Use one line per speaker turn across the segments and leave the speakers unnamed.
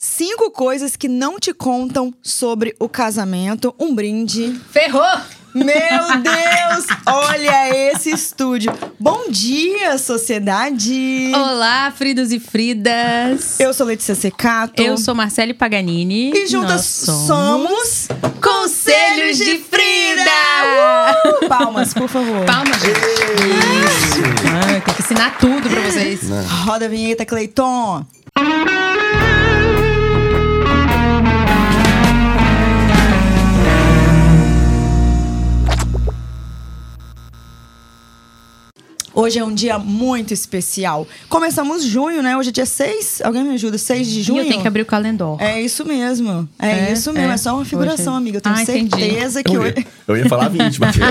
Cinco coisas que não te contam sobre o casamento. Um brinde.
Ferrou!
Meu Deus! Olha esse estúdio. Bom dia, sociedade!
Olá, Fridos e Fridas!
Eu sou Letícia Secato.
Eu sou Marcele Paganini.
E juntas
Nós
somos...
Conselhos de Frida!
Uh! Palmas, por favor.
Palmas, gente! Isso! Ai, tem que ensinar tudo pra vocês.
Roda a vinheta, Cleiton. Hoje é um dia muito especial. Começamos junho, né? Hoje é dia 6. Alguém me ajuda? 6 de
Junho
junho?
tem que abrir o calendário.
É isso mesmo. É,
É,
isso mesmo. É,
é.
só uma figuração,
Hoje-
amiga. Eu tenho
Ah, entendi.
certeza é que
Eu
hoje.
ia, eu ia falar 20, mas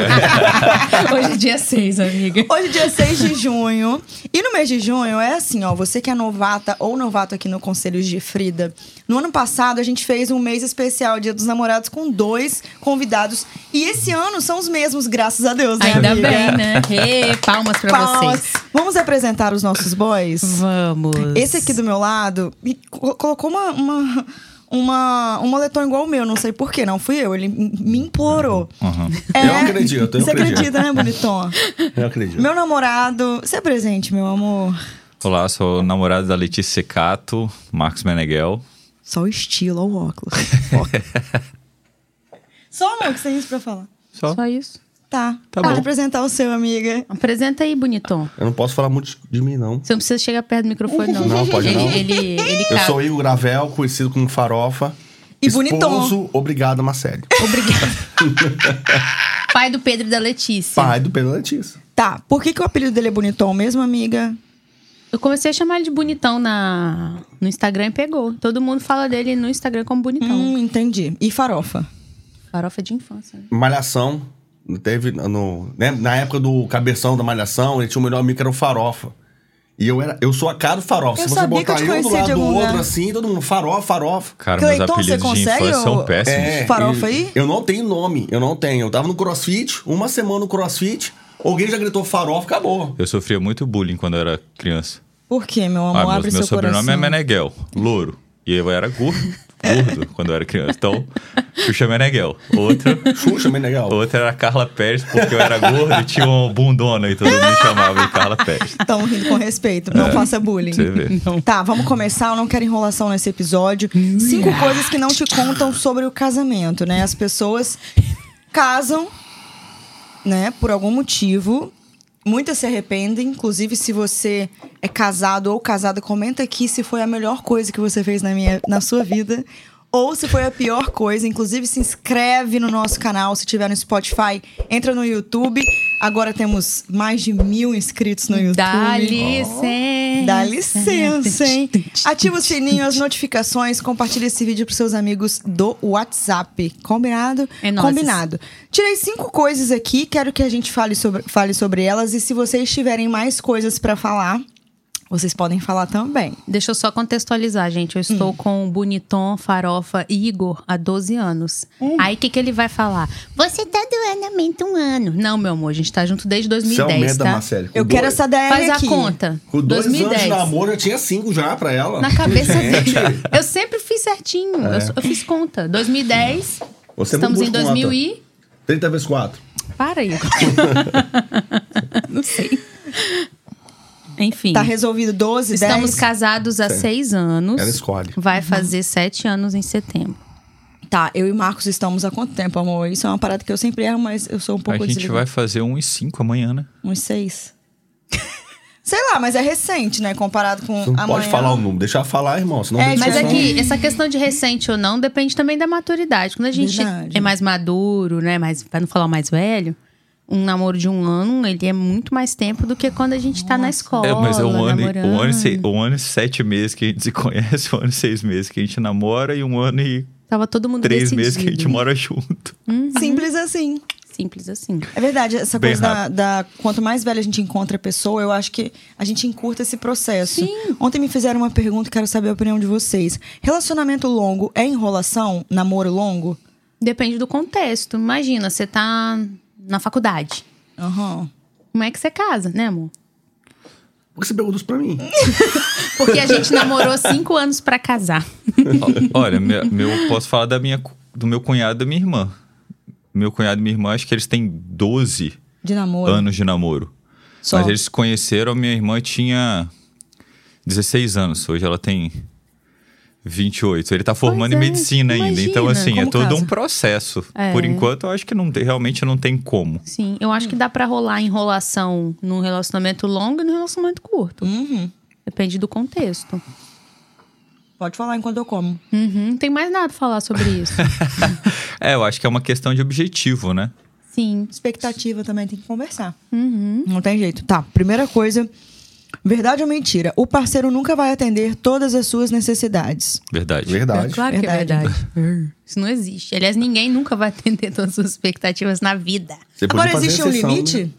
Hoje é dia 6, amiga.
Hoje é dia 6 de junho. E no mês de junho é assim, ó. Você que é novata ou novato aqui no Conselhos de Frida. No ano passado, a gente fez um mês especial, Dia dos Namorados, com dois convidados. E esse ano são os mesmos, graças a Deus, né,
Ainda
amiga?
bem, né? Ê, palmas pra
Palmas.
vocês.
Vamos apresentar os nossos boys?
Vamos.
Esse aqui do meu lado me co- colocou uma, uma, uma- um moletom igual o meu, não sei porquê, não fui eu. Ele m- me implorou. É,
Eu acredito, eu
Você
acredito.
acredita, né, bonitão?
eu acredito.
Meu namorado, se apresente, meu amor.
Olá, sou o namorado da Letícia Secato, Marcos Meneghel.
Só o estilo, ó o óculos. Foca. Só amor que você tem isso pra falar.
Só.
Só isso.
Tá.
Tá
Pode
bom.
apresentar o seu, amiga.
Apresenta aí, bonitão.
Eu não posso falar muito de mim, não.
Você não precisa chegar perto do microfone, não.
Não, pode
ele,
não.
Ele, ele,
Eu
cabe.
sou o Igor Gravel, conhecido como Farofa.
E
Esposo,
bonitão.
Obrigado, Marcelo.
Obrigada. Pai do Pedro e da Letícia.
Pai do Pedro Letícia.
Tá. Por que, que o apelido dele é bonitão mesmo, amiga?
Eu comecei a chamar ele de bonitão na... no Instagram e pegou. Todo mundo fala dele no Instagram como bonitão.
Hum, entendi. E farofa?
Farofa de infância. né?
Malhação. Teve no, né, na época do Cabeção da Malhação, ele tinha o melhor amigo que era o Farofa. E eu, era, eu sou a cara do Farofa.
Eu
Se você
sabia que eu
botar
te
eu
conhecia
do
de
lado do
algum
outro,
lugar.
assim, todo mundo, Farofa, Farofa.
Cara, meus
Cleiton, Então, você
apelidos de
consegue
infância
ou-
são péssimos.
É,
Farofa
e-
aí?
Eu não tenho nome, eu não tenho. Eu tava no crossfit, uma semana no crossfit, alguém já gritou farofa, acabou.
Eu sofria muito bullying quando eu era criança.
Por quê, meu amor?
Ah,
Abre
meu, meu
seu coração.
sobrenome é Meneghel, louro. E eu era gordo, gordo quando eu era criança. Então, Xuxa Meneghel. Outra,
Xuxa, bem legal.
outra era Carla Pérez, porque eu era gordo e tinha uma bundona e todo mundo me chamava de Carla Pérez.
Estão rindo com respeito. Não faça bullying.
É, Você vê.
Tá, vamos começar. Eu não quero enrolação nesse episódio. Cinco
Hum.
coisas que não te contam sobre o casamento, né? As pessoas casam, né, por algum motivo. Muitas se arrependem. Inclusive, se você é casado ou casada, comenta aqui se foi a melhor coisa que você fez na, minha, na sua vida. Ou se foi a pior coisa. Inclusive, se inscreve no nosso canal. Se tiver no Spotify, entra no YouTube. Agora temos mais de mil inscritos no YouTube.
Dá licença.
Dá licença, hein? Ativa o sininho, as notificações, compartilha esse vídeo pros seus amigos do WhatsApp. Combinado?
É nóis.
Combinado. Tirei cinco coisas aqui, quero que a gente fale sobre, fale sobre elas. E se vocês tiverem mais coisas pra falar, vocês podem falar também.
Deixa eu só contextualizar, gente. Eu estou
Hum.
com o Boniton, Farofa e Igor há 12 anos.
Hum.
Aí o que, que ele vai falar? Você tá doando aumento um ano. Não, meu amor, a gente tá junto desde
Você
2010,
aumenta,
tá?
é um Marcelo. com
Eu quero
dois-
essa DR
Faz
aqui.
a conta.
Com dois
2010.
anos de namoro, eu tinha cinco já pra ela.
Na cabeça
Gente, É.
dele. Eu sempre fiz certinho. Eu, sou- eu fiz conta. 2010.
Você é
estamos
muito
em
um
boa de
2000
conta.
e.
30 vezes 4.
Para aí. Não sei. Enfim.
Tá resolvido 12,
estamos
10.
casados há
Sim.
seis anos.
Ela escolhe.
Vai fazer sete anos em setembro.
Tá, eu e Marcos estamos há quanto tempo, amor? Isso é uma parada que eu sempre erro, mas eu sou um pouco
a gente
desligada.
vai fazer 1 e 5 amanhã, né?
Uns seis. Sei lá, mas é recente, né? Comparado com
Você não
amanhã.
pode falar o número, deixa ela falar, irmão. Senão
É,
deixa
Mas
Sim.
é
ela-
que essa questão de recente ou não depende também da maturidade. Quando a gente
Verdade.
é mais maduro, né? Mais, pra não falar mais velho, um namoro de um ano, ele é muito mais tempo do que quando a gente tá na escola.
É, mas é um ano, e- um, ano e
namorando.
sei- um ano e sete meses que a gente se conhece, um ano e seis meses que a gente namora e um ano e
Tava todo mundo
três
decidido.
meses que a gente mora junto.
Simples assim.
Simples assim.
É verdade, essa
Bem
coisa da, da- Quanto mais velha a gente encontra a pessoa, eu acho que a gente encurta esse processo. Ontem me fizeram uma pergunta e quero saber a opinião de vocês. Relacionamento longo é enrolação? Namoro longo?
Depende do contexto. Imagina, você tá na faculdade.
Aham.
Como é que você casa, né, amor?
Por que você perguntou isso pra mim?
Porque a gente namorou cinco anos pra casar.
Ó, Olha, meu, meu- posso falar da minha, cu- do meu cunhado e da minha irmã. Meu cunhado e minha irmã, acho que eles têm 12
De namoro.
anos de namoro.
Só.
Mas eles se conheceram, minha irmã tinha 16 anos, hoje ela tem 28. Ele tá formando
Pois
em
é,
medicina ainda. Então,
imagina
assim, é
como
todo
casa.
um processo.
É.
Por enquanto, eu acho que não tem, realmente não tem como.
Sim, eu acho que dá pra rolar enrolação num relacionamento longo e num relacionamento curto.
Uhum.
Depende do contexto.
Pode falar enquanto eu como.
Uhum, não tem mais nada pra falar sobre isso.
É, eu acho que é uma questão de objetivo, né?
Sim.
Expectativa também tem que conversar. Não tem jeito. Tá, primeira coisa. Verdade ou mentira? O parceiro nunca vai atender todas as suas necessidades.
Verdade.
Verdade.
Claro que é verdade. Isso não existe. Aliás, ninguém nunca vai atender todas as suas expectativas na vida.
Você podia
Agora,
fazer
existe
uma
um
sessão,
limite?
né?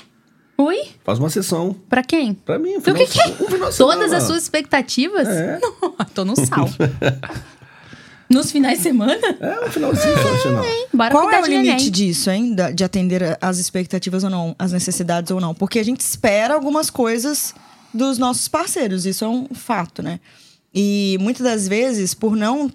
Oi?
Faz uma sessão.
Pra quem?
Pra mim, um
Do
final
Então, que,
de
que
semana. Um final
é?
de
Todas
semana.
as suas expectativas?
É.
Não, tô no sal. Nos finais de semana?
É, um final de semana.
Hein, Bora
Qual
cuidar
é o
de
limite
neném.
disso, hein? Da- De atender a- as expectativas ou não, as necessidades ou não. Porque a gente espera algumas coisas dos nossos parceiros, isso é um fato, né? E muitas das vezes, por não.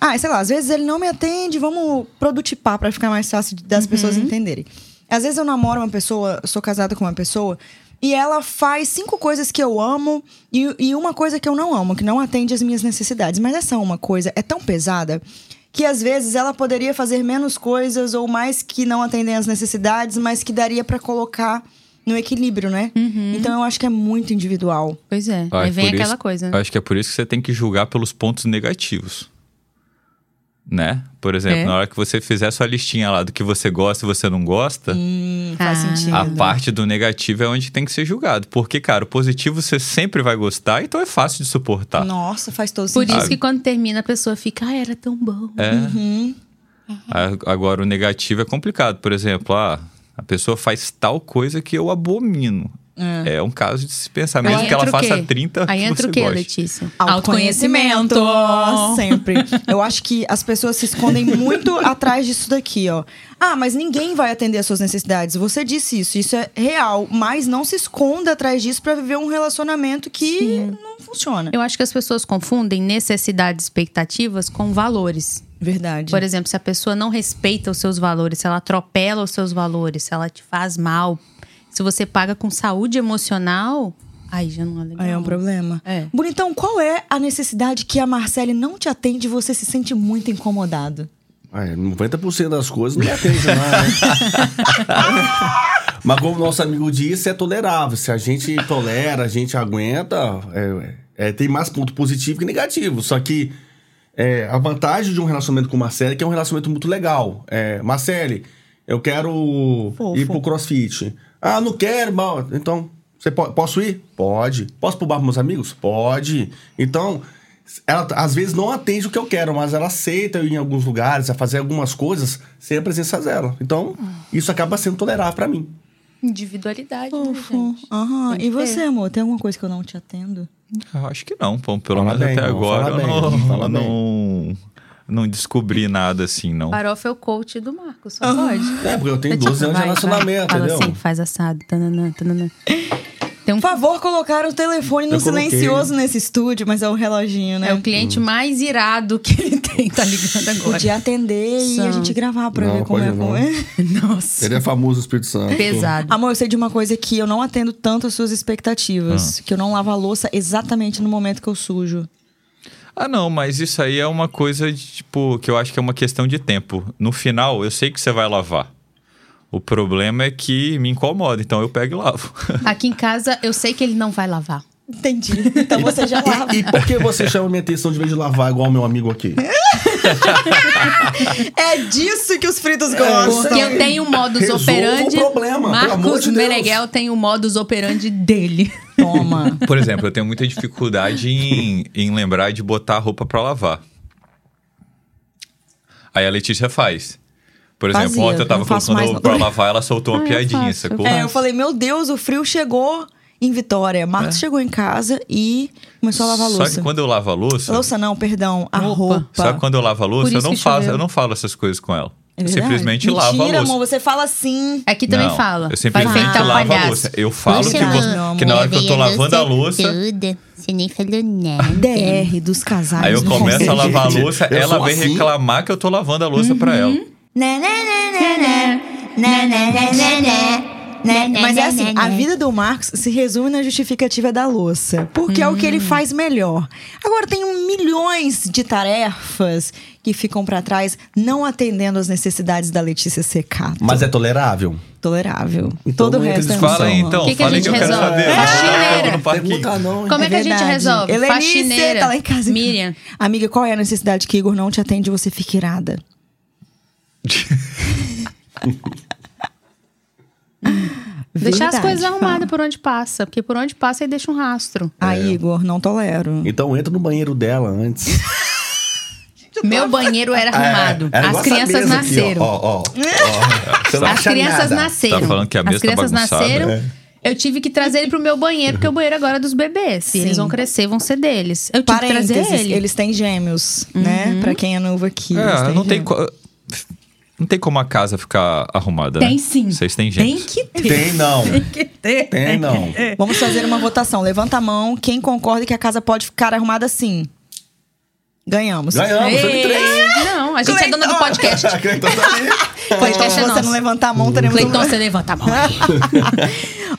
Ah, sei lá, às vezes ele não me atende, vamos produtipar pra ficar mais fácil de-
Uhum.
das pessoas entenderem. Às vezes eu namoro uma pessoa, sou casada com uma pessoa, e ela faz cinco coisas que eu amo e, e uma coisa que eu não amo, que não atende às minhas necessidades. Mas essa uma coisa é tão pesada que às vezes ela poderia fazer menos coisas ou mais que não atendem às necessidades, mas que daria pra colocar no equilíbrio, né?
Uhum.
Então eu acho que é muito individual.
Pois é,
Ah,
aí
é
vem
por isso-
aquela coisa. né?
Acho que é por isso que você tem que julgar pelos pontos negativos. Né? Por exemplo,
É.
na hora que você fizer a sua listinha lá do que você gosta e você não gosta,
Hum, faz
Ah.
sentido.
a parte do negativo é onde tem que ser julgado. Porque, cara, o positivo você sempre vai gostar, então é fácil de suportar.
Nossa, faz todo
Por
sentido.
isso que quando termina a pessoa fica, ah, era tão bom.
É. A- Agora, o negativo é complicado. Por exemplo, ah, a pessoa faz tal coisa que eu abomino. É, um caso de se pensar.
Aí
Mesmo que ela
entra o quê?
faça 30,
Aí
que
entra
você
o quê,
gosta.
Letícia?
Autoconhecimento! Sempre. Eu acho que as pessoas se escondem muito atrás disso daqui, ó. Ah, mas ninguém vai atender às suas necessidades. Você disse isso, isso é real. Mas não se esconda atrás disso pra viver um relacionamento que não funciona.
Eu acho que as pessoas confundem necessidades e expectativas com valores.
Verdade.
Por exemplo, se a pessoa não respeita os seus valores, se ela atropela os seus valores, se ela te faz mal, se você paga com saúde emocional, aí já não é legal.
Aí é um problema.
É.
Bonitão, qual é a necessidade que a Marcele não te atende e você se sente muito incomodado?
Ah, é, 90% das coisas não me atende lá, né? Mas como nosso amigo disse, é tolerável. Se a gente tolera, a gente aguenta, é, é, tem mais ponto positivo que negativo. Só que é, a vantagem de um relacionamento com o Marcele é que é um relacionamento muito legal. É, Marcele, eu quero
Fofo.
ir pro crossfit. Ah, não quero, mal. Então, você po- posso ir? Pode. Posso pro bar com meus amigos? Pode. Então, ela t- às vezes não atende o que eu quero, mas ela aceita eu ir em alguns lugares, a fazer algumas coisas sem a presença dela. Então, isso acaba sendo tolerável pra mim.
Individualidade,
Fofo.
né, gente?
Uhum. Aham.
Tem que
E você,
ter.
amor, tem alguma coisa que eu não te atendo?
Eu acho que não, pô. pelo
Fala
menos
bem,
até
irmão,
agora
fala
eu
bem,
não,
fala bem.
não, não descobri nada assim, não.
Farofa é o coach do Marco,
Ah.
só pode.
É, porque eu tenho
É tipo,
12 anos de
vai,
relacionamento,
vai. Fala
entendeu?
assim, faz assado, tananã, tananã. Tem um,
Por favor, colocar o telefone no
Eu coloquei.
silencioso nesse estúdio, mas é o reloginho, né?
é o cliente mais irado que ele tem, tá ligando agora.
Podia atender e a
São.
gente gravar pra
Não,
ver como
pode
é.
não.
Como é.
Nossa,
Ele é famoso no Espírito Santo.
pesado.
Amor, eu sei de uma coisa que eu não atendo tanto as suas expectativas. Que eu não lavo a louça exatamente no momento que eu sujo.
Ah, não, mas isso aí é uma coisa, de, tipo, que eu acho que é uma questão de tempo. No final, eu sei que você vai lavar. O problema é que me incomoda, então eu pego e lavo.
Aqui em casa, eu sei que ele não vai lavar.
Entendi. Então você já lava.
E por que você chama minha atenção de vez de lavar igual meu amigo aqui?
é disso que os fritos gostam.
Porque eu tenho o um modus
Então, Resolva
operandi.
o problema, pelo amor
Marcos
de Deus.
Meneghel tem o modus operandi dele.
Toma.
Por exemplo, eu tenho muita dificuldade em, em lembrar de botar a roupa pra lavar. Aí a Letícia faz. Por exemplo,
Fazia,
ontem eu tava
não faço
colocando a
mais
roupa pra
não.
lavar, ela soltou uma
Ah, eu
piadinha,
faço,
sacou?
eu faço.
É, eu falei, meu Deus, o frio chegou em Vitória. Marcos chegou em casa e começou a lavar a
Só que
louça.
É. quando eu lavo a louça,
Louça não, perdão, a
Roupa.
roupa.
Só que quando eu lavo a
Por
louça, eu
isso
não,
que
faço,
choveu.
eu não falo essas coisas com ela.
É
Eu
verdade?
simplesmente
Mentira,
lava a louça.
amor, você fala assim.
Aqui também
Não,
fala.
Eu simplesmente
enfeitar o
lavo a
palhaço.
louça. Eu falo
Poxa,
que, vou-
meu amor.
que na hora que eu tô lavando a louça,
Duda, você nem falou nada.
DR É dos casais.
aí eu
no
começo a
conselho.
lavar a
Gente,
louça,
eu
ela
sou
vem
assim.
reclamar que eu tô lavando a
Uhum.
louça pra ela.
Né, né, né, né, né. Né, né, né, né, né. Né, né, Mas é assim, a vida do Marcos se resume na justificativa da louça, porque é o que ele faz melhor. Agora tem um milhões de tarefas que ficam pra trás, não atendendo às necessidades da Letícia Secato.
Mas é tolerável.
Tolerável.
Então
Todo o
não entra
resto é
em discussão.
Fala aí então,
O que que a
fala aí que eu
gente
quero
resolve?
saber.
Faxineira.
Eu tô no parquinho.
Pergunta não.
Como é que a gente
verdade.
resolve?
Helenice,
Faxineira.
tá lá em casa.
Miriam.
Amiga, qual é a necessidade que Igor não te atende e você fica irada?
Deixar as
Verdade,
coisas
fala.
arrumadas por onde passa. Porque por onde passa, aí deixa um rastro.
Ai, Ah, Igor, não tolero.
Então entra no banheiro dela antes.
Meu banheiro era arrumado.
É, era igual
As
essa
crianças
mesa aqui,
nasceram.
ó, ó, ó, ó. Você não
As
acha
crianças
nada. É.
nasceram.
Tá falando que a mesa
As
tá
crianças
bagunçada.
nasceram. Eu tive que trazer ele pro meu banheiro, porque o banheiro agora é dos bebês. Se
Sim.
eles vão crescer, vão ser deles. Eu tive que
Parênteses,
trazer ele.
eles têm gêmeos, né? Pra quem é novo aqui. eles
É,
têm
não tem,
gêmeos.
co- não tem como a casa ficar arrumada. né?
Tem sim.
Vocês têm
Tem
gente.
que ter.
Tem não. Tem não.
Vamos fazer uma votação. Levanta a mão. Quem concorda que a casa pode ficar arrumada assim? Ganhamos.
Ganhamos,
Ei,
foi três.
Não, a gente é dona do podcast.
A Cleiton tá ali.
Então,
Podcast
se
é
você
nosso.
não levantar a mão, teremos um
Cleiton, você levanta a mão aí.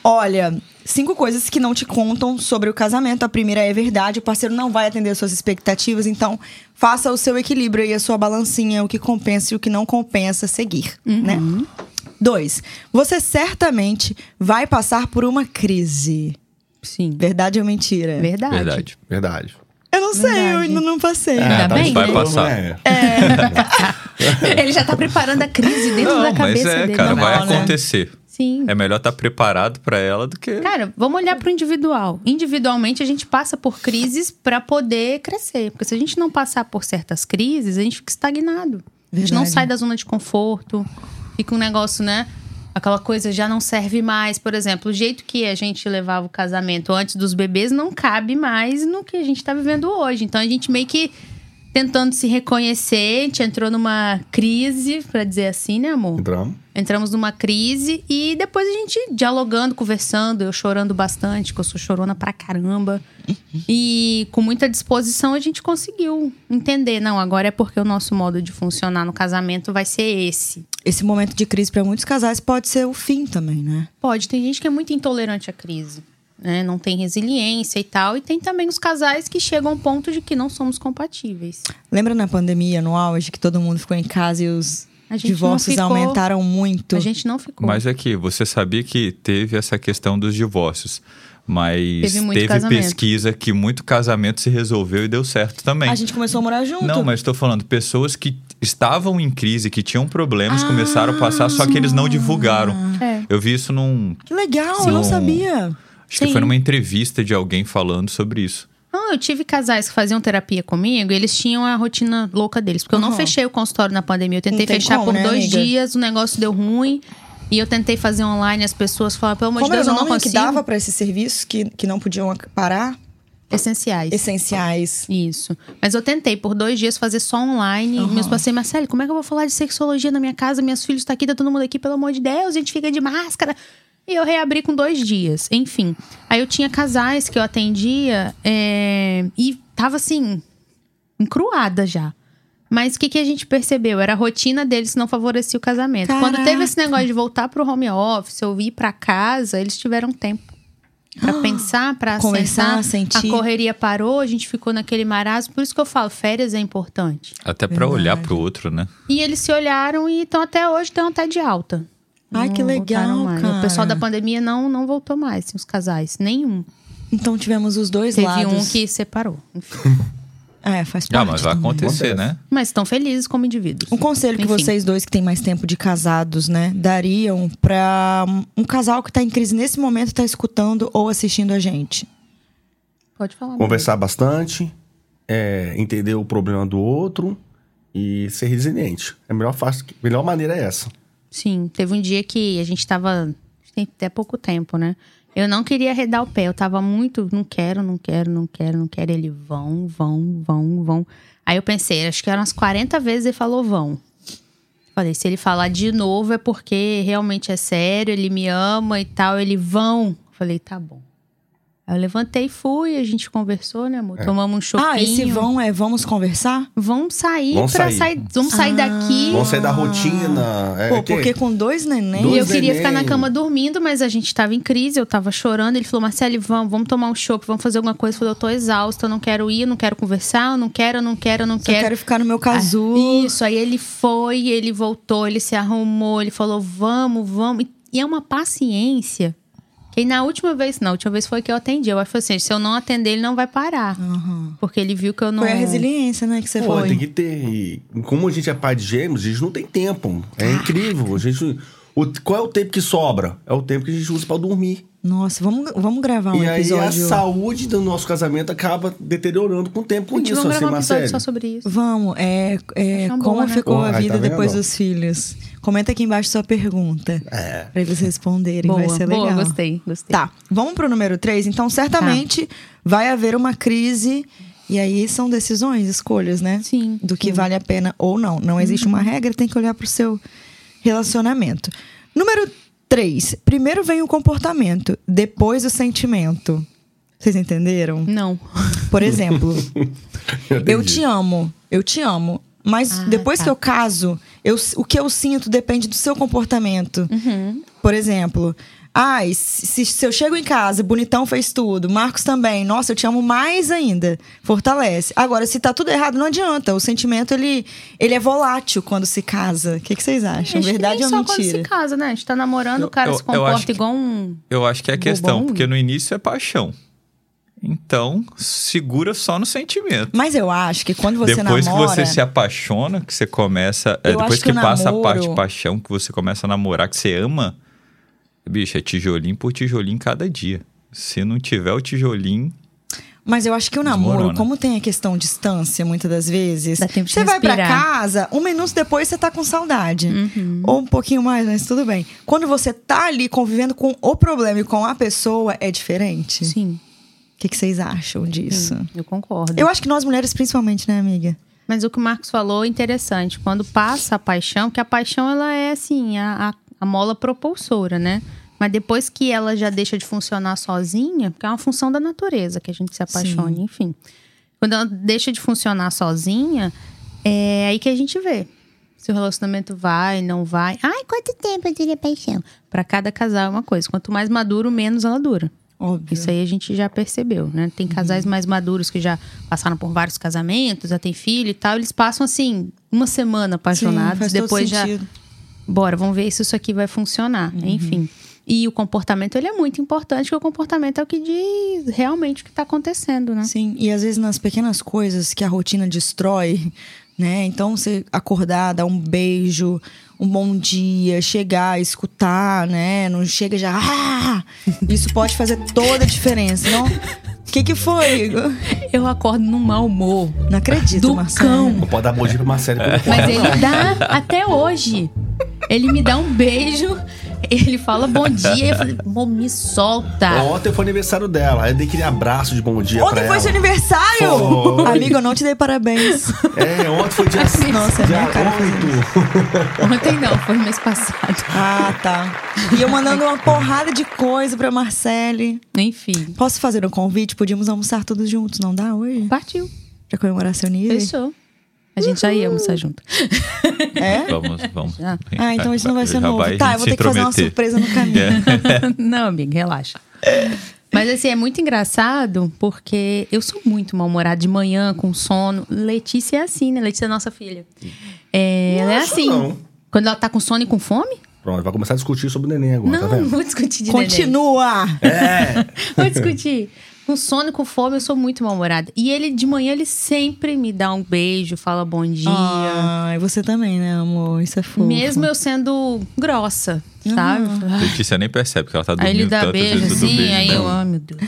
Olha, cinco coisas que não te contam sobre o casamento. A primeira é verdade, o parceiro não vai atender às suas expectativas, então faça o seu equilíbrio e a sua balancinha, o que compensa e o que não compensa seguir, né? Dois, você certamente vai passar por uma crise.
Sim.
Verdade ou mentira?
Verdade.
Verdade.
Verdade.
Eu não sei, eu ainda não passei.
Ainda
tá,
bem,
vai
né?
passar.
É.
Ele já tá preparando a crise dentro da
Não, mas
cabeça
é,
dele.
cara,
normal,
vai
né?
acontecer.
Sim.
É melhor estar preparado pra ela do que.
Cara, vamos olhar pro individual. Individualmente, a gente passa por crises pra poder crescer. Porque se a gente não passar por certas crises, a gente fica estagnado. A gente não
Verdade.
sai da zona de conforto. Fica um negócio, né? Aquela coisa já não serve mais. Por exemplo, o jeito que a gente levava o casamento antes dos bebês não cabe mais no que a gente tá vivendo hoje. Então a gente meio que tentando se reconhecer, a gente entrou numa crise, pra dizer assim, né, amor?
Entramos.
Entramos numa crise e depois a gente dialogando, conversando, eu chorando bastante, que eu sou chorona pra caramba. Uhum. E com muita disposição a gente conseguiu entender. Não, agora é porque o nosso modo de funcionar no casamento vai ser esse.
Esse momento de crise para muitos casais pode ser o fim também, né?
Pode, tem gente que é muito intolerante à crise, né? Não tem resiliência e tal. E tem também os casais que chegam ao ponto de que não somos compatíveis.
Lembra na pandemia, no auge, que todo mundo ficou em casa e os
A gente não
divórcios
ficou-
aumentaram muito?
A gente não ficou.
Mas aqui, você sabia que teve essa questão dos divórcios. Mas
Teve muito
teve
casamento.
pesquisa que muito casamento se resolveu e deu certo também.
A gente começou a morar junto.
Não, mas estou falando, pessoas que estavam em crise, que tinham problemas, começaram a passar, só que eles não divulgaram.
Ah, É.
Eu vi isso num.
Que legal, eu não
Sim.
sabia.
Acho que
Sim.
foi numa entrevista de alguém falando sobre isso.
Não, Ah, eu tive casais que faziam terapia comigo e eles tinham a rotina louca deles. Porque eu não
Aham.
fechei o consultório na pandemia. Eu tentei
Não tem
fechar
como,
por
né,
dois
amiga?
dias, o negócio deu ruim. E eu tentei fazer online, as pessoas falavam, pelo amor de
Como
Deus,
era
eu
o
não
nome
consigo.
que dava pra esses serviços que, que não podiam ac- parar?
Essenciais.
Essenciais.
Isso. Mas eu tentei por dois dias fazer só online. E meus parceiros, Marcelo, como é que eu vou falar de sexologia na minha casa? Meus filhos estão aqui, tá todo mundo aqui, pelo amor de Deus, a gente fica de máscara. E eu reabri com dois dias. Enfim. Aí eu tinha casais que eu atendia é, e tava assim, encruada já. Mas o que, que a gente percebeu? Era a rotina deles que não favorecia o casamento. Quando teve esse negócio de voltar pro home office, eu ir pra casa, eles tiveram tempo. Pra pensar, pra
Conversar,
sentar.
Ah, sentir.
A correria parou, a gente ficou naquele marasmo. Por isso que eu falo, férias é importante.
Até para olhar pro outro, né?
E eles se olharam e estão até hoje, estão até de alta.
Ai, que legal,
voltaram mais.
cara.
O pessoal da pandemia não, não voltou mais, assim, os casais. Nenhum.
Então tivemos os dois
Teve
lados.
um que separou. Enfim.
É, faz
Ah,
parte.
mas vai
também.
acontecer,
Acontece.
né?
Mas estão felizes como indivíduos.
Um conselho que
Enfim.
vocês dois que têm mais tempo de casados, né, dariam pra um- um casal que tá em crise nesse momento, tá escutando ou assistindo a gente?
Pode falar. amiga.
Conversar bastante, é, entender o problema do outro e ser resiliente. A melhor, fácil, a melhor maneira é essa.
Sim, teve um dia que a gente tava. Tem até pouco tempo, né? Eu não queria arredar o pé, eu tava muito. Não quero, não quero, não quero, não quero. Ele vão, vão, vão, vão. Aí eu pensei, acho que eram umas 40 vezes ele falou vão. Falei, se ele falar de novo é porque realmente é sério, ele me ama e tal, ele vão. Falei, tá bom. Aí eu levantei e fui, a gente conversou, né, amor? Tomamos um chopinho.
Ah, esse vão é vamos conversar?
Vamos sair
Vamos
pra
sair.
sair. Vamos sair
Ah.
daqui.
Vamos sair da rotina. É,
Pô,
que-
porque com dois neném.
E eu
Dois
queria ficar na
neném.
cama dormindo, mas a gente tava em crise, eu tava chorando. Ele falou, Marcelo, vamos, vamos tomar um chopp, vamos fazer alguma coisa. Eu falei, eu tô exausta, eu não quero ir, eu não quero conversar, eu não quero, eu não quero, eu não
Eu
quero. Ah,
quero Ah, ficar no meu casulo.
Isso, aí ele foi, ele voltou, ele se arrumou, ele falou, vamos, vamos. E- E é uma paciência. Que na última vez, não, a última vez foi que eu atendi. Eu acho assim, se eu não atender, ele não vai parar. Porque ele viu que eu não.
Ah. Foi a resiliência, né, que você
Pô,
foi.
tem que ter. E como a gente é pai de gêmeos, a gente não tem tempo. É incrível. A gente, o- qual é o tempo que sobra? É o tempo que a gente usa pra dormir.
Nossa, vamos, vamos gravar um
e aí a
episódio.
saúde do nosso casamento acaba deteriorando com o tempo com
A gente
isso,
vai gravar
assim,
um episódio
Marcelo.
só sobre isso.
Vamos, é, é,
Tá bom,
como
né?
ficou
Ai,
a
tá
vida
vendo?
depois dos filhos? Comenta aqui embaixo sua pergunta.
É.
Pra eles responderem, vai ser legal.
boa, gostei, gostei. Tá.
Tá, vamos pro número 3. Então, certamente vai haver uma crise. E aí são decisões, escolhas, né?
Sim,
Do que
sim. Uhum.
vale a pena ou não. Não existe uma regra, tem que olhar pro seu relacionamento. Número 3. Primeiro vem o comportamento, depois o sentimento. Vocês entenderam?
Não.
Por exemplo, eu
entendi.
te amo, eu te amo. Mas
Ah,
depois
tá.
que eu caso, eu, o que eu sinto depende do seu comportamento.
Uhum.
Por exemplo, ai, se, se eu chego em casa, bonitão fez tudo, Marcos também, nossa, eu te amo mais ainda. Fortalece. Agora, se tá tudo errado, não adianta. O sentimento, ele, ele é volátil quando se casa. O que, que vocês acham?
Acho que
Verdade
nem
ou
só quando
mentira?
se casa, né? A gente tá namorando, o cara
Eu-
se
eu acho
comporta
que-
igual um.
Eu acho que é a
Bobão.
questão, porque no início é paixão. Então, segura só no sentimento.
Mas eu acho que quando você
depois
namora...
que você se apaixona, que você começa. é,
Eu
depois
acho
que,
que o
passa a
namoro-
parte de paixão, que você começa a namorar, que você ama. Bicho, é tijolinho por tijolinho cada dia. Se não tiver o tijolinho.
Mas eu acho que o namoro,
Desmorona.
como tem a questão distância muitas das vezes,
Dá tempo de
você vai pra
respirar. Uhum.
casa, um minuto depois você tá com saudade. Ou um pouquinho mais, mas tudo bem. Quando você tá ali convivendo com o problema e com a pessoa, é diferente. O
Sim,
que, que vocês acham disso?
eu concordo.
Eu acho que nós mulheres, principalmente, né, amiga?
Mas o que o Marcos falou é interessante. Quando passa a paixão, que a paixão ela é assim, a, a, a mola propulsora, né? Mas depois que ela já deixa de funcionar sozinha, porque é uma função da natureza que a gente se apaixone, enfim. Quando ela deixa de funcionar sozinha, é aí que a gente vê se o relacionamento vai, não vai. Ai, quanto tempo eu teria paixão? Pra cada casal é uma coisa. Quanto mais maduro, menos ela dura.
Óbvio.
Isso aí a gente já percebeu, né? Tem casais mais maduros que já passaram por vários casamentos, já tem filho e tal. Eles passam, assim, uma semana
Sim,
apaixonados.
faz todo
depois já.
sentido.
Bora, vamos ver se isso aqui vai funcionar. Enfim. E o comportamento, ele é muito importante, porque o comportamento é o que diz realmente o que tá acontecendo, né?
Sim, e às vezes nas pequenas coisas que a rotina destrói, né? Então você acordar, dar um beijo, um bom dia, chegar, escutar, né? Não chega já. "Ah!" Isso pode fazer toda a diferença. Então, o que, que foi? Igor?
Eu acordo num mau humor.
Não acredito,
Do
Marcelo.
Não pode dar bom dia pra Marcelo.
Mas ele dá até hoje. Ele me dá um beijo, ele fala bom dia, eu falei, "Mô, me solta.
Ontem foi aniversário dela. Aí eu dei aquele abraço de bom dia pra
Ontem foi
ela.
seu aniversário!
Foi.
Amigo, eu não te dei parabéns.
É, ontem foi dia,
Nossa, é
dia
minha cara fazer
8.
Ontem não, foi mês passado.
Ah, tá. E eu mandando uma porrada de coisa pra Marcele.
Enfim.
Posso fazer um convite? Podíamos almoçar todos juntos, não dá hoje?
Partiu.
Pra comemorar seu nível?
Fechou. A gente já ia almoçar junto.
É?
Vamos, vamos.
Já.
Ah, então isso não vai ser
Já
novo.
vai
tá,
se
eu vou ter que fazer uma
intrometer. É.
surpresa no caminho.
não, amiga, relaxa. Mas assim, é muito engraçado porque eu sou muito mal-humorada de manhã, com sono. Letícia é assim, né? Letícia é nossa filha. É, ela é
Nossa,
assim.
não.
Quando ela tá com sono e com fome?
Pronto, vai começar a discutir sobre o neném agora, tá
não,
vendo? É.
vou discutir de neném.
Continua!
Vou discutir. Com sono e com fome, eu sou muito mal-humorada. E ele, de manhã, ele sempre me dá um beijo, fala bom dia.
Ah,
Ai, você também, né, amor? Isso é fofo.
Mesmo eu sendo grossa, sabe?
Letícia nem percebe que ela tá
Aí
dormindo
ele dá
tanto.
beijo
vezes eu
assim,
né? dou beijo
aí
nela.
eu, ai meu Deus.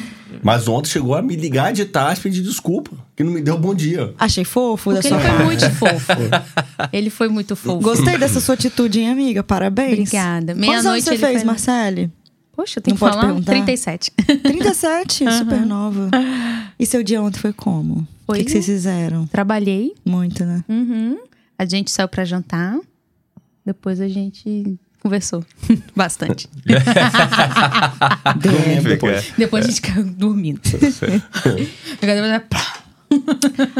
Mas ontem chegou a me ligar de tarde e pedir desculpa, que não me deu bom dia.
Achei fofo
Porque
da sua
ele foi
parte.
muito fofo. Ele foi muito fofo.
Gostei dessa sua atitude, hein, amiga? Parabéns.
Obrigada.
Quantos anos
Meia-noite
você
ele
fez,
foi-
Marcele?
Poxa, tem
Não
que
pode
falar?
perguntar?
37.
37, super nova. E seu dia ontem foi como? O
Foi-
que, que vocês fizeram?
Trabalhei.
Muito, né?
Uhum. A gente saiu pra jantar. Depois a gente conversou bastante.
Dormir
Fica.
depois.
Depois a gente caiu dormindo. Agora, pá.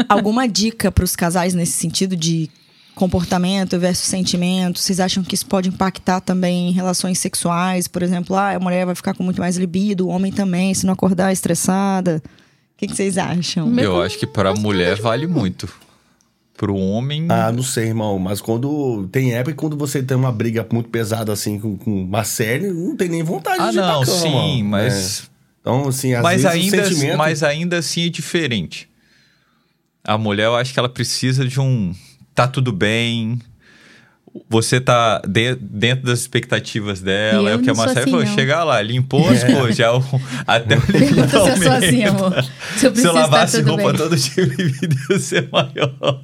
Alguma dica pros casais nesse sentido de comportamento versus sentimento? Vocês acham que isso pode impactar também em relações sexuais? Por exemplo, ah, a mulher vai ficar com muito mais libido, o homem também, se não acordar estressada. O que, que vocês acham?
Meu
Eu
como
acho que pra mulher vale muito. Pro homem.
Ah, não sei, irmão. Mas quando. Tem época que quando você tem uma briga muito pesada, assim, com, com uma série, não tem nem vontade
Ah,
de ir pra
não,
cama.
sim, mas.
É. Então, assim, às
mas,
vezes o
ainda,
sentimento...
mas ainda assim é diferente. A mulher, eu acho que ela precisa de um. Tá tudo bem. Você tá de- dentro das expectativas dela.
E
é
eu
o que a
não sou
Marcela
assim,
falou.
não.
Chegar lá, limpou
É.
as coisas. Já, o- até o
Pergunta se eu sou
aumenta.
assim, amor. Se eu
Se
preciso
eu lavasse
tá tudo
roupa
bem.
todo dia, minha vida ia ser maior.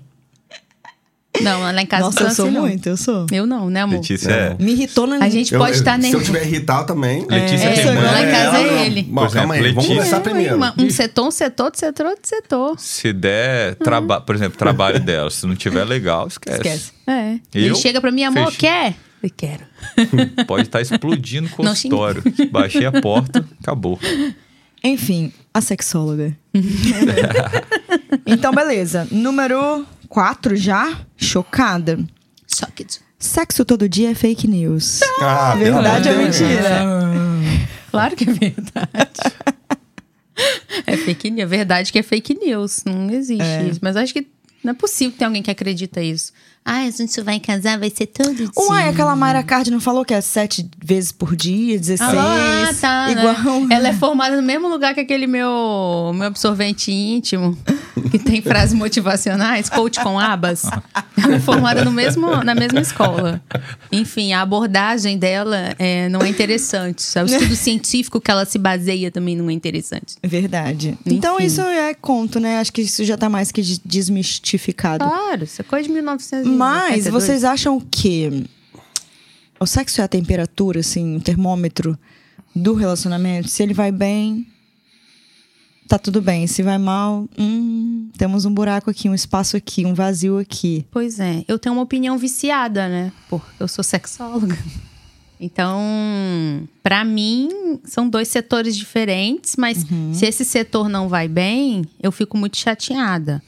Não, lá em casa
Nossa,
não
eu sou
assim, não.
muito, eu sou.
Eu não, né, amor?
Letícia,
Não.
é.
Me irritou na
A gente
Eu-
pode estar
Se eu
nervoso.
tiver irritado também...
Letícia
É,
tem
lá
mãe.
em casa é
ela-
ele.
Bom,
Por
calma aí,
exemplo,
vamos
Letícia-
conversar primeiro.
Uma- um setor, um setor, outro setor, outro setor.
Se der, traba... por exemplo, trabalho dela. Se não tiver legal, esquece.
Esquece.
É.
Eu?
Ele chega pra mim, amor,
Fecha.
quer? Eu quero.
Pode estar explodindo com o
Não xingue.
consultório. Baixei a porta, acabou.
Enfim, a sexóloga. então, beleza. Número 4 já? Chocada.
Só que.
Sexo todo dia é fake news.
Ah, pelo amor de
Verdade ou
Deus.
mentira?
Claro que é verdade. é fake news. É verdade que é fake news. Não existe isso. Mas acho que não é possível que tenha alguém que acredita isso. Um
Ai, a gente vai casar, vai ser todo dia.
Uai, aquela Mayra Card não falou que é sete vezes por dia, 16?
Ah, tá. né?
igual.
Ela é formada no mesmo lugar que aquele meu, meu absorvente íntimo, que tem frases motivacionais, coach com abas. Ela é formada no mesmo, na mesma escola. Enfim, a abordagem dela é, não é interessante. sabe? O estudo científico que ela se baseia também não é interessante.
Verdade. Então
Enfim.
isso é conto, né? Acho que isso já tá mais que de- desmistificado.
Claro, isso é coisa de 1900. né?
Mas vocês acham que o sexo é a temperatura, assim, o termômetro do relacionamento? Se ele vai bem, tá tudo bem. Se vai mal, hum, temos um buraco aqui, um espaço aqui, um vazio aqui.
Pois é, eu tenho uma opinião viciada, né? Pô, eu sou sexóloga. Então, pra mim, são dois setores diferentes, mas se esse setor não vai bem, eu fico muito chateada.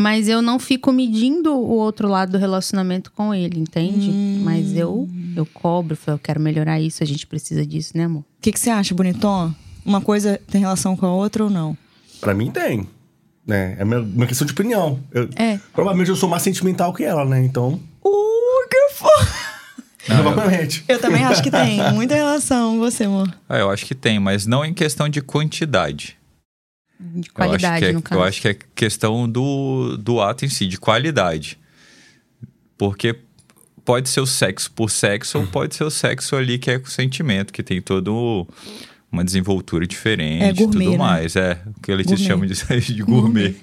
Mas eu não fico medindo o outro lado do relacionamento com ele, entende? Mas eu eu cobro, falo, eu quero melhorar isso, a gente precisa disso, né, amor?
O que, que você acha, bonitão? Uma coisa tem relação com a outra ou não?
Pra mim tem. Né? É minha- uma questão de opinião. Eu-
É.
Provavelmente eu sou mais sentimental que ela, né? Então.
Uh, que fo...
provavelmente.
Eu também acho que tem muita relação, você, amor.
Ah, eu acho que tem, mas não em questão de quantidade.
De
Eu acho
qualidade,
que é-
no caso.
Eu acho que é questão do, do ato em si, de qualidade. Porque pode ser o sexo por sexo, ou pode ser o sexo ali que é com sentimento, que tem todo uma desenvoltura diferente
É gourmet,
tudo
né?
mais. É, o que eles chamam de, de gourmet.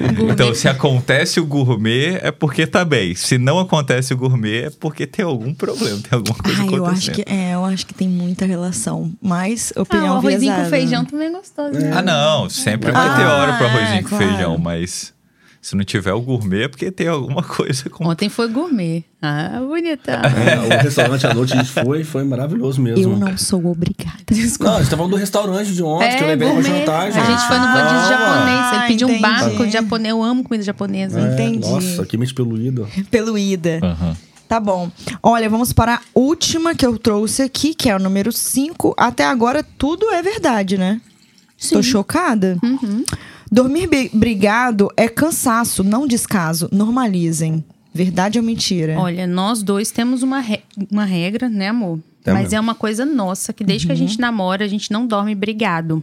Gourmet.
Então, se acontece o gourmet, é porque tá bem. Se não acontece o gourmet, é porque tem algum problema, tem alguma coisa
Ah, eu
acontecendo.
acho que é, eu acho que tem muita relação, mas opinião
ah, o arrozinho
viesada.
com feijão também é gostoso, né?
né? Ah, não, sempre vai ter
Ah,
hora para arrozinho
é,
com
claro.
feijão, mas se não tiver o gourmet é porque tem alguma coisa com.
Ontem foi gourmet. Ah, bonitão.
É, o restaurante à noite a gente foi, foi maravilhoso mesmo.
Eu não sou obrigada.
Não, a gente tá falando do restaurante de ontem, que eu levei pra
É, gourmet.
jantar, gente.
A gente foi no
Calma.
rodízio japonês.
Ah,
Ele pediu
entendi.
um barco japonês. Eu amo comida japonesa.
É,
Entendi.
Nossa, que mente peluída.
Peluída.
Aham.
Tá bom. Olha, vamos para a última que eu trouxe aqui, que é o número 5. Até agora tudo é verdade, né? Tô chocada. Dormir bi- brigado é cansaço, não descaso. Normalizem. Verdade ou mentira?
Olha, nós dois temos uma, re- uma regra, né, amor?
Tá
Mas
mesmo.
é uma coisa nossa, que desde que
Uhum.
a gente namora, a gente não dorme brigado.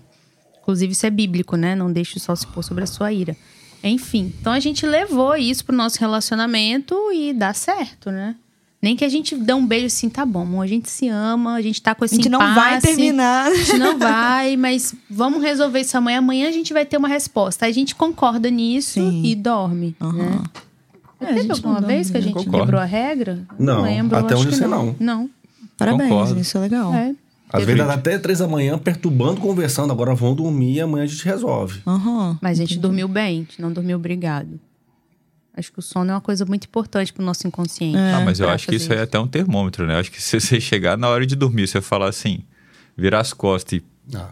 Inclusive, isso é bíblico, né? Não deixe o sol se pôr sobre a sua ira. Enfim, então a gente levou isso pro nosso relacionamento e dá certo, né? Nem que a gente dê um beijo assim, tá bom, amor, a gente se ama, a gente tá com
a
esse
gente não vai
impasse.
terminar.
A gente não vai, mas vamos resolver isso amanhã. Amanhã a gente vai ter uma resposta. A gente concorda nisso
Sim.
e dorme, né?
É, a
Teve
gente
alguma
não
vez que a gente
Concordo.
quebrou a regra?
Não,
lembro.
até
acho
onde
que
eu sei,
não. Não.
Parabéns,
Concordo.
isso é legal.
É.
Às vezes dá até três da manhã, perturbando, conversando. Agora vão dormir e amanhã a gente resolve.
Aham.
Mas a gente dormiu bem, a gente não dormiu obrigado. Acho que o sono é uma coisa muito importante pro nosso inconsciente.
Ah, mas eu
Pra
acho que
fazer
isso aí é até um termômetro, né? Eu acho que se você chegar na hora de dormir, você falar assim, virar as costas e
Ah.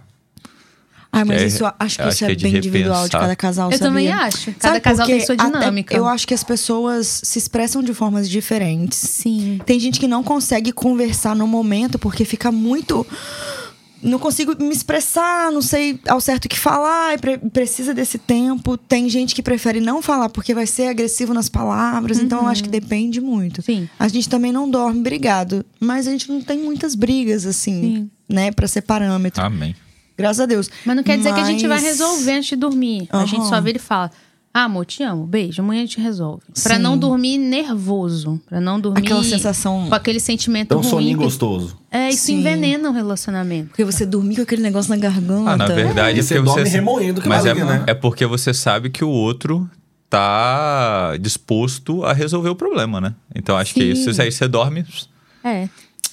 Ai, mas
É,
isso, acho que
acho
isso é
que é de
bem individual de
repensar.
cada casal,
Eu
sabia?
também acho. Cada
Sabe por
casal tem
quê?
sua
Até-
dinâmica.
eu acho que as pessoas se expressam de formas diferentes.
Sim.
Tem gente que não consegue conversar no momento porque fica muito. Não consigo me expressar, não sei ao certo o que falar, e pre- precisa desse tempo. Tem gente que prefere não falar porque vai ser agressivo nas palavras, então eu acho que
Uhum.
depende muito.
Sim.
A gente também não dorme brigado, mas a gente não tem muitas brigas, assim, né, Pra ser parâmetro.
amém.
Graças a Deus.
Mas não quer dizer que a gente vai
Mas-
resolver antes de dormir. A
Aham.
gente só vira e fala: Ah, amor, te amo, beijo, amanhã a gente resolve. Pra
Sim.
não dormir nervoso. Pra não dormir.
Aquela sensação-
Com aquele sentimento
Então,
um
ruim.
soninho gostoso.
É, isso
Sim.
envenena o relacionamento.
Porque você dormir com aquele negócio na garganta.
Ah, na verdade,
E
é
você
porque
dorme
você.
remoendo que
mas é,
maravilha, né?
é porque você sabe que o outro tá disposto a resolver o problema, né? Então acho que
Sim.
isso aí você dorme.
É.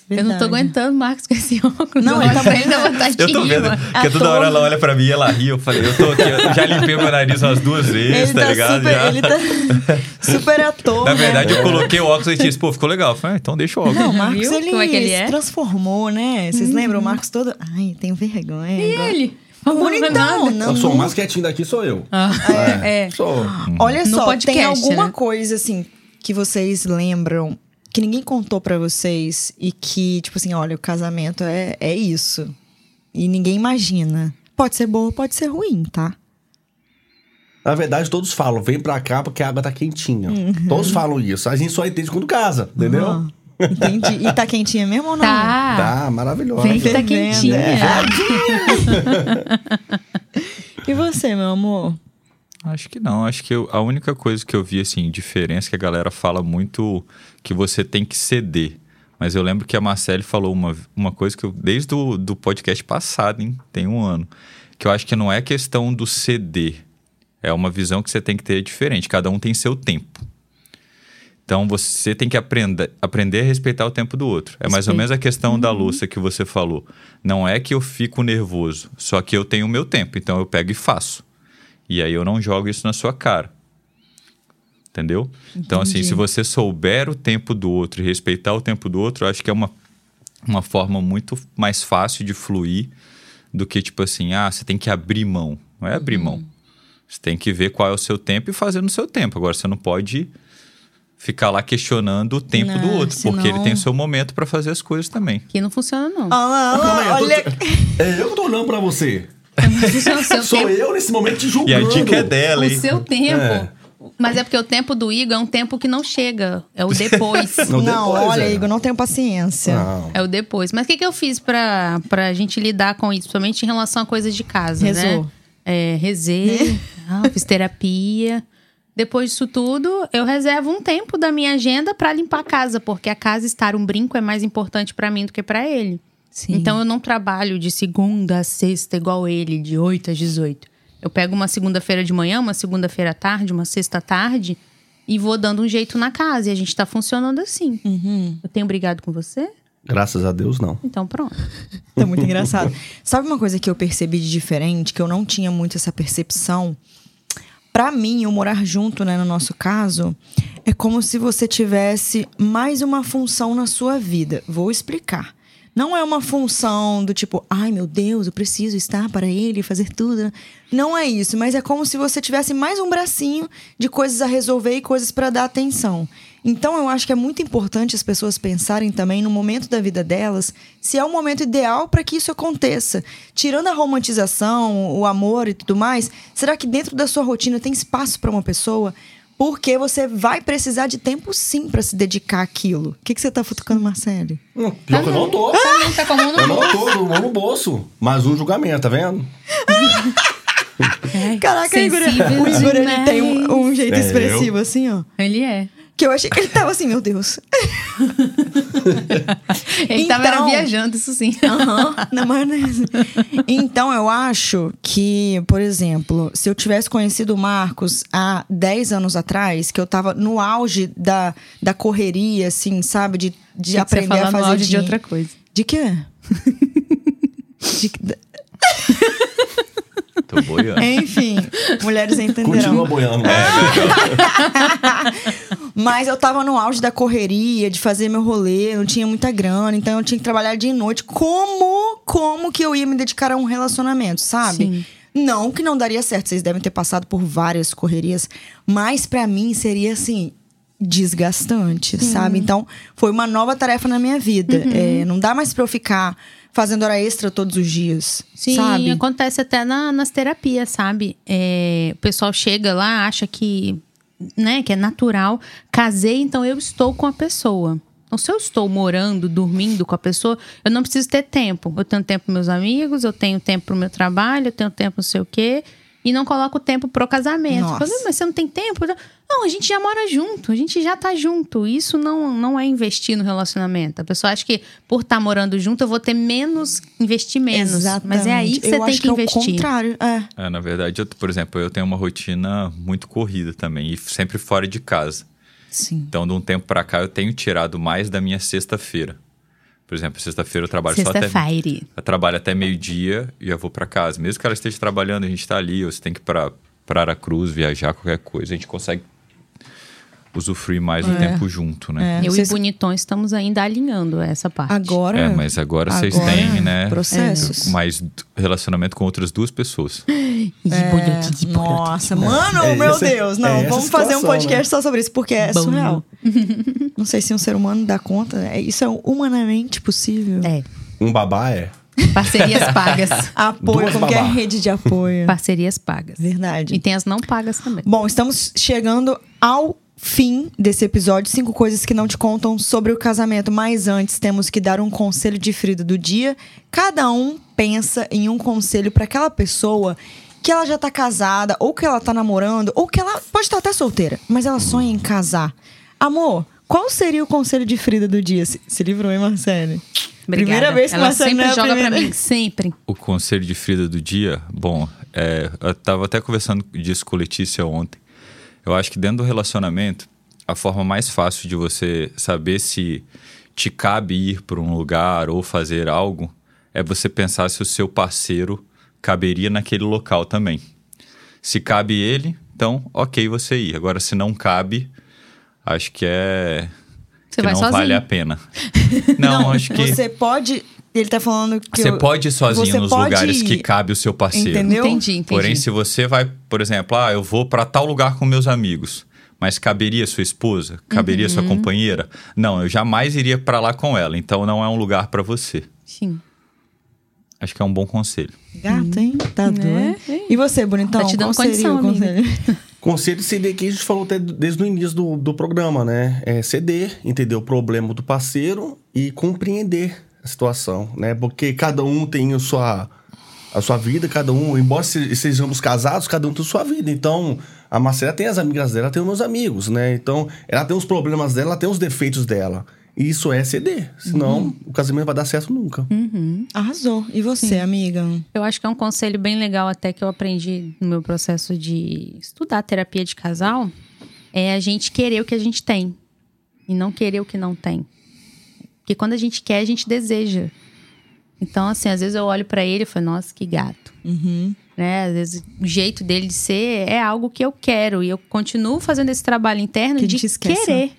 Eu não tô
Verdade.
aguentando, Marcos, com esse óculos.
Não,
eu
ele tá
tá ele dá vontade
Eu
de
tô
rir,
vendo,
mano.
porque toda hora ela olha pra mim e ela ri. Eu falei, eu tô aqui, eu já limpei meu nariz umas duas vezes,
Ele
tá,
tá,
ligado?
super,
Já.
ele tá super ator.
Na
né?
verdade, eu coloquei o óculos e disse, pô, ficou legal. Eu falei, ah, então deixa o óculos.
Não, o Marcos,
Viu
ele,
como é que ele
se
é? Uhum.
transformou, né? Vocês lembram? O Marcos todo... Ai, tenho vergonha.
E
agora.
ele? é
Bonitão,
Nada.
não.
eu sou o mais quietinho daqui, sou eu.
É.
Sou.
Olha
No
só,
podcast,
tem alguma
né?
coisa, assim, que vocês lembram, que ninguém contou pra vocês e que, tipo assim, olha, o casamento é, é isso. E ninguém imagina. Pode ser boa, pode ser ruim, tá?
Na verdade, todos falam, vem pra cá porque a água tá quentinha. Todos falam isso. A gente só entende quando casa, entendeu?
Ah, entendi. E tá quentinha mesmo ou não?
Tá.
Tá, maravilhosa.
Vem que tá
Fervendo,
quentinha.
é. E você, meu amor?
Acho que não. Acho que eu- a única coisa que eu vi, assim, diferença, que a galera fala muito que você tem que ceder. Mas eu lembro que a Marcele falou uma, uma coisa que eu, desde o do podcast passado, hein? Tem um ano. Que eu acho que não é questão do ceder. É uma visão que você tem que ter diferente. Cada um tem seu tempo. Então você tem que aprender, aprender a respeitar o tempo do outro. É mais ou
Respeito.
menos a questão da louça que você falou. Não é que eu fico nervoso, só que eu tenho o meu tempo, então eu pego e faço. E aí eu não jogo isso na sua cara. Entendeu? Então, assim, se você souber o tempo do outro e respeitar o tempo do outro, eu acho que é uma, uma forma muito mais fácil de fluir do que, tipo assim, ah, você tem que abrir mão. Não é
Uhum.
abrir mão. Você tem que ver qual é o seu tempo e fazer no seu tempo. Agora, você não pode ficar lá questionando o tempo do
Não,
Né,
outro, porque ele
senão-
tem o seu momento pra fazer as coisas também.
Que não funciona, não.
Olha lá, olha
Calma aí,
lá,
eu tô-
olha...
É eu que tô olhando pra você.
Não funciona o seu
Sou
tempo.
eu nesse momento te julgando.
E a dica é dela,
O
hein?
seu tempo.
É.
Mas é porque o tempo do Igor é um tempo que não chega. É o depois.
Não,
Não,
depois,
olha,
é.
Igor, não tenho paciência.
Não.
é o depois. Mas o que, que eu fiz pra, pra gente lidar com isso? Principalmente em relação a coisas de casa,
Rezou.
né? É,
Né?
rezei. ah, fiz terapia. Depois disso tudo, eu reservo um tempo da minha agenda pra limpar a casa. Porque a casa estar um brinco é mais importante pra mim do que pra ele.
Sim.
Então eu não trabalho de segunda a sexta igual ele, de 8 às 18. Eu pego uma segunda-feira de manhã, uma segunda-feira à tarde, uma sexta à tarde e vou dando um jeito na casa. E a gente tá funcionando assim.
Uhum.
Eu tenho brigado com você?
Graças a Deus, não.
Então pronto.
Tá muito engraçado. Sabe uma coisa que eu percebi de diferente, que eu não tinha muito essa percepção? Pra mim, o morar junto, né, no nosso caso, é como se você tivesse mais uma função na sua vida. Vou explicar. Não é uma função do tipo, ai meu Deus, eu preciso estar para ele, fazer tudo. Não é isso, mas é como se você tivesse mais um bracinho de coisas a resolver e coisas para dar atenção. Então eu acho que é muito importante as pessoas pensarem também no momento da vida delas, se é o momento ideal para que isso aconteça. Tirando a romantização, o amor e tudo mais, será que dentro da sua rotina tem espaço para uma pessoa? Porque você vai precisar de tempo sim para se dedicar àquilo. O que, que você tá futucando, Marcele?
Não, Hum, Pior que eu não tô.
Não tá comum
Eu Ah, não tô, eu vou no bolso. Mas um julgamento, tá vendo?
Caraca, o Igor,
É sensível
o Igor ele
demais.
tem um, um jeito
É, eu?
expressivo, assim, ó.
Ele é.
Que eu achei que ele tava assim, meu Deus.
Ele
Então-
tava era viajando, isso sim.
na maionese. Então, eu acho que, por exemplo, se eu tivesse conhecido o Marcos há 10 anos atrás, que eu tava no auge da, da correria, assim, sabe? De, de
Tinha que você
aprender a
falar no
fazer
áudio de
dinhe-
outra coisa.
De quê? de...
Tô boiando.
Enfim, mulheres entenderão.
Continua boiando. É.
Mas eu tava no auge da correria, de fazer meu rolê, não tinha muita grana, então eu tinha que trabalhar dia e noite. Como, como que eu ia me dedicar a um relacionamento, sabe?
Sim.
Não que não daria certo, vocês devem ter passado por várias correrias, mas pra mim seria assim desgastante, sabe? Então foi uma nova tarefa na minha vida.
Uhum.
É, não dá mais pra eu ficar fazendo hora extra todos os dias,
Sim, é
sabe?
acontece até na- nas terapias, sabe? É, o pessoal chega lá, acha que, né, que é natural. Casei, então eu estou com a pessoa. Então, se eu estou morando, dormindo com a pessoa, eu não preciso ter tempo. Eu tenho tempo para meus amigos, eu tenho tempo para o meu trabalho, eu tenho tempo não sei o quê. E não coloco tempo pro casamento.
Nossa.
Falei, mas você não tem tempo? Não, a gente já mora junto, a gente já tá junto. Isso não, não é investir no relacionamento. A pessoa acha que por estar morando junto, eu vou ter menos investimento menos.
Exatamente.
Mas é aí que você
eu
tem
acho
que,
é o
investir.
contrário, é.
É, na verdade, eu, por exemplo, eu tenho uma rotina muito corrida também, e sempre fora de casa.
Sim.
Então, de um tempo pra cá, eu tenho tirado mais da minha sexta-feira. Por exemplo, sexta-feira eu trabalho só até.
Sexta-feira.
Eu trabalho até meio-dia e eu vou pra casa. Mesmo que ela esteja trabalhando, a gente tá ali, ou você tem que ir pra, pra Aracruz, viajar, qualquer coisa, a gente consegue usufruir mais do tempo junto, né?
Eu
Vocês-
e Bonitão estamos ainda alinhando essa parte.
Agora.
É, mas agora, vocês
Agora,
têm, né?
processos.
Mais d- relacionamento com outras duas pessoas.
E Bonito, de bonito.
Nossa, mano,
É,
meu
essa-
Deus. Não,
é essa
vamos fazer um
situação,
podcast só sobre isso, porque é
Bom.
surreal. não sei se um ser humano dá conta. é- Isso é humanamente possível.
É.
Um babá é.
Parcerias pagas.
Apoio,
Duas
como que é
babá.
rede de apoio.
Parcerias pagas.
Verdade.
E tem as não pagas também.
Bom, estamos chegando ao fim desse episódio. Cinco coisas que não te contam sobre o casamento. Mas antes, temos que dar um conselho de Frida do dia. Cada um pensa em um conselho para aquela pessoa que ela já tá casada, ou que ela tá namorando, ou que ela pode estar até solteira, mas ela sonha em casar. Amor, qual seria o conselho de Frida do dia? Se, se livrou, hein, Marcele?
Obrigada.
Primeira vez que
Ela
Marcele
sempre
não é a
joga pra
primeira.
mim. Sempre.
O conselho de Frida do dia, bom, é, eu tava até conversando disso com Letícia ontem. Eu acho que dentro do relacionamento, a forma mais fácil de você saber se te cabe ir para um lugar ou fazer algo é você pensar se o seu parceiro caberia naquele local também. Se cabe ele, então ok você ir. Agora, se não cabe, acho que é.
Você
que
vai
não
sozinho.
vale a pena. Não, acho que.
Você pode. Ele tá falando que.
Você
eu-
pode ir sozinho
você
nos
pode
lugares que
ir.
cabe o seu parceiro.
Entendeu?
Entendi, entendi.
Porém, se você vai, por exemplo, ah, eu vou para tal lugar com meus amigos, mas caberia sua esposa? Caberia
Uhum.
sua companheira? Não, eu jamais iria para lá com ela, então não é um lugar para você.
Sim.
Acho que é um bom conselho.
Gato, hein? Tá doido.
hein?
E você, bonitão?
né? Tá te dando
qual seria o
condição, amiga.
conselho?
Conselho seria que a gente falou até desde o início do, do programa, né? É ceder, entender o problema do parceiro e compreender a situação, né? Porque cada um tem a sua, a sua vida, cada um, embora se- sejamos casados, cada um tem a sua vida. Então, a Marcela tem as amigas dela, tem os meus amigos, né? Então, ela tem os problemas dela, ela tem os defeitos dela. E isso é ceder, senão o casamento vai dar certo nunca.
Hum. Uhum.
Arrasou. E você, amiga?
Eu acho que é um conselho bem legal até que eu aprendi no meu processo de estudar terapia de casal, é a gente querer o que a gente tem e não querer o que não tem. Porque quando a gente quer, a gente deseja. Então, assim, às vezes eu olho pra ele e falo, nossa, que gato.
Uhum.
Né? Às vezes o jeito dele de ser é algo que eu quero e eu continuo fazendo esse trabalho interno
Que a
de
gente esquece, né?
querer.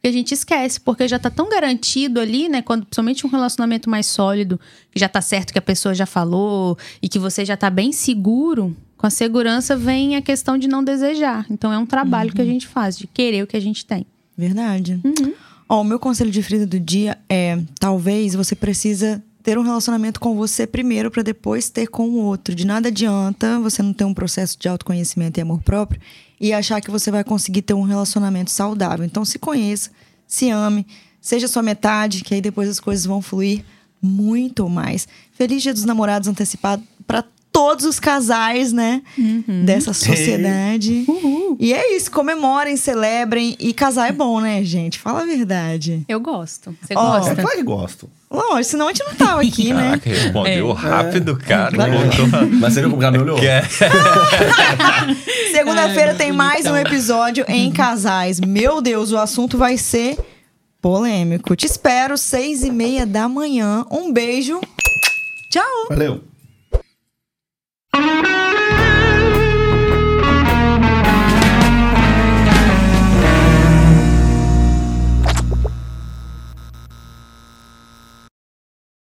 Que a gente esquece, porque já tá tão garantido ali, né? Quando, principalmente um relacionamento mais sólido, que já tá certo que a pessoa já falou e que você já tá bem seguro, com a segurança vem a questão de não desejar. Então é um trabalho
Uhum.
que a gente faz, de querer o que a gente tem.
Verdade.
Uhum.
Ó, o meu conselho de Frida do dia é: talvez você precisa ter um relacionamento com você primeiro para depois ter com o outro. De nada adianta você não ter um processo de autoconhecimento e amor próprio e achar que você vai conseguir ter um relacionamento saudável. Então se conheça, se ame, seja sua metade, que aí depois as coisas vão fluir muito mais. Feliz Dia dos Namorados antecipado para todos os casais, né? Dessa sociedade. E é isso, comemorem, celebrem. E casar é bom, né, gente? Fala a verdade.
Eu gosto. Você
Ó,
É
gosta?
claro que gosto.
Lógico, senão a gente não tava aqui, né? É.
Caraca, respondeu rápido, cara.
Vai.
Botou-
Né? Mas você viu como o cara me olhou?
Que é-
Segunda-feira tem mais um episódio em casais. Meu Deus, o assunto vai ser polêmico. Te espero, seis e meia da manhã. Um beijo. Tchau!
Valeu.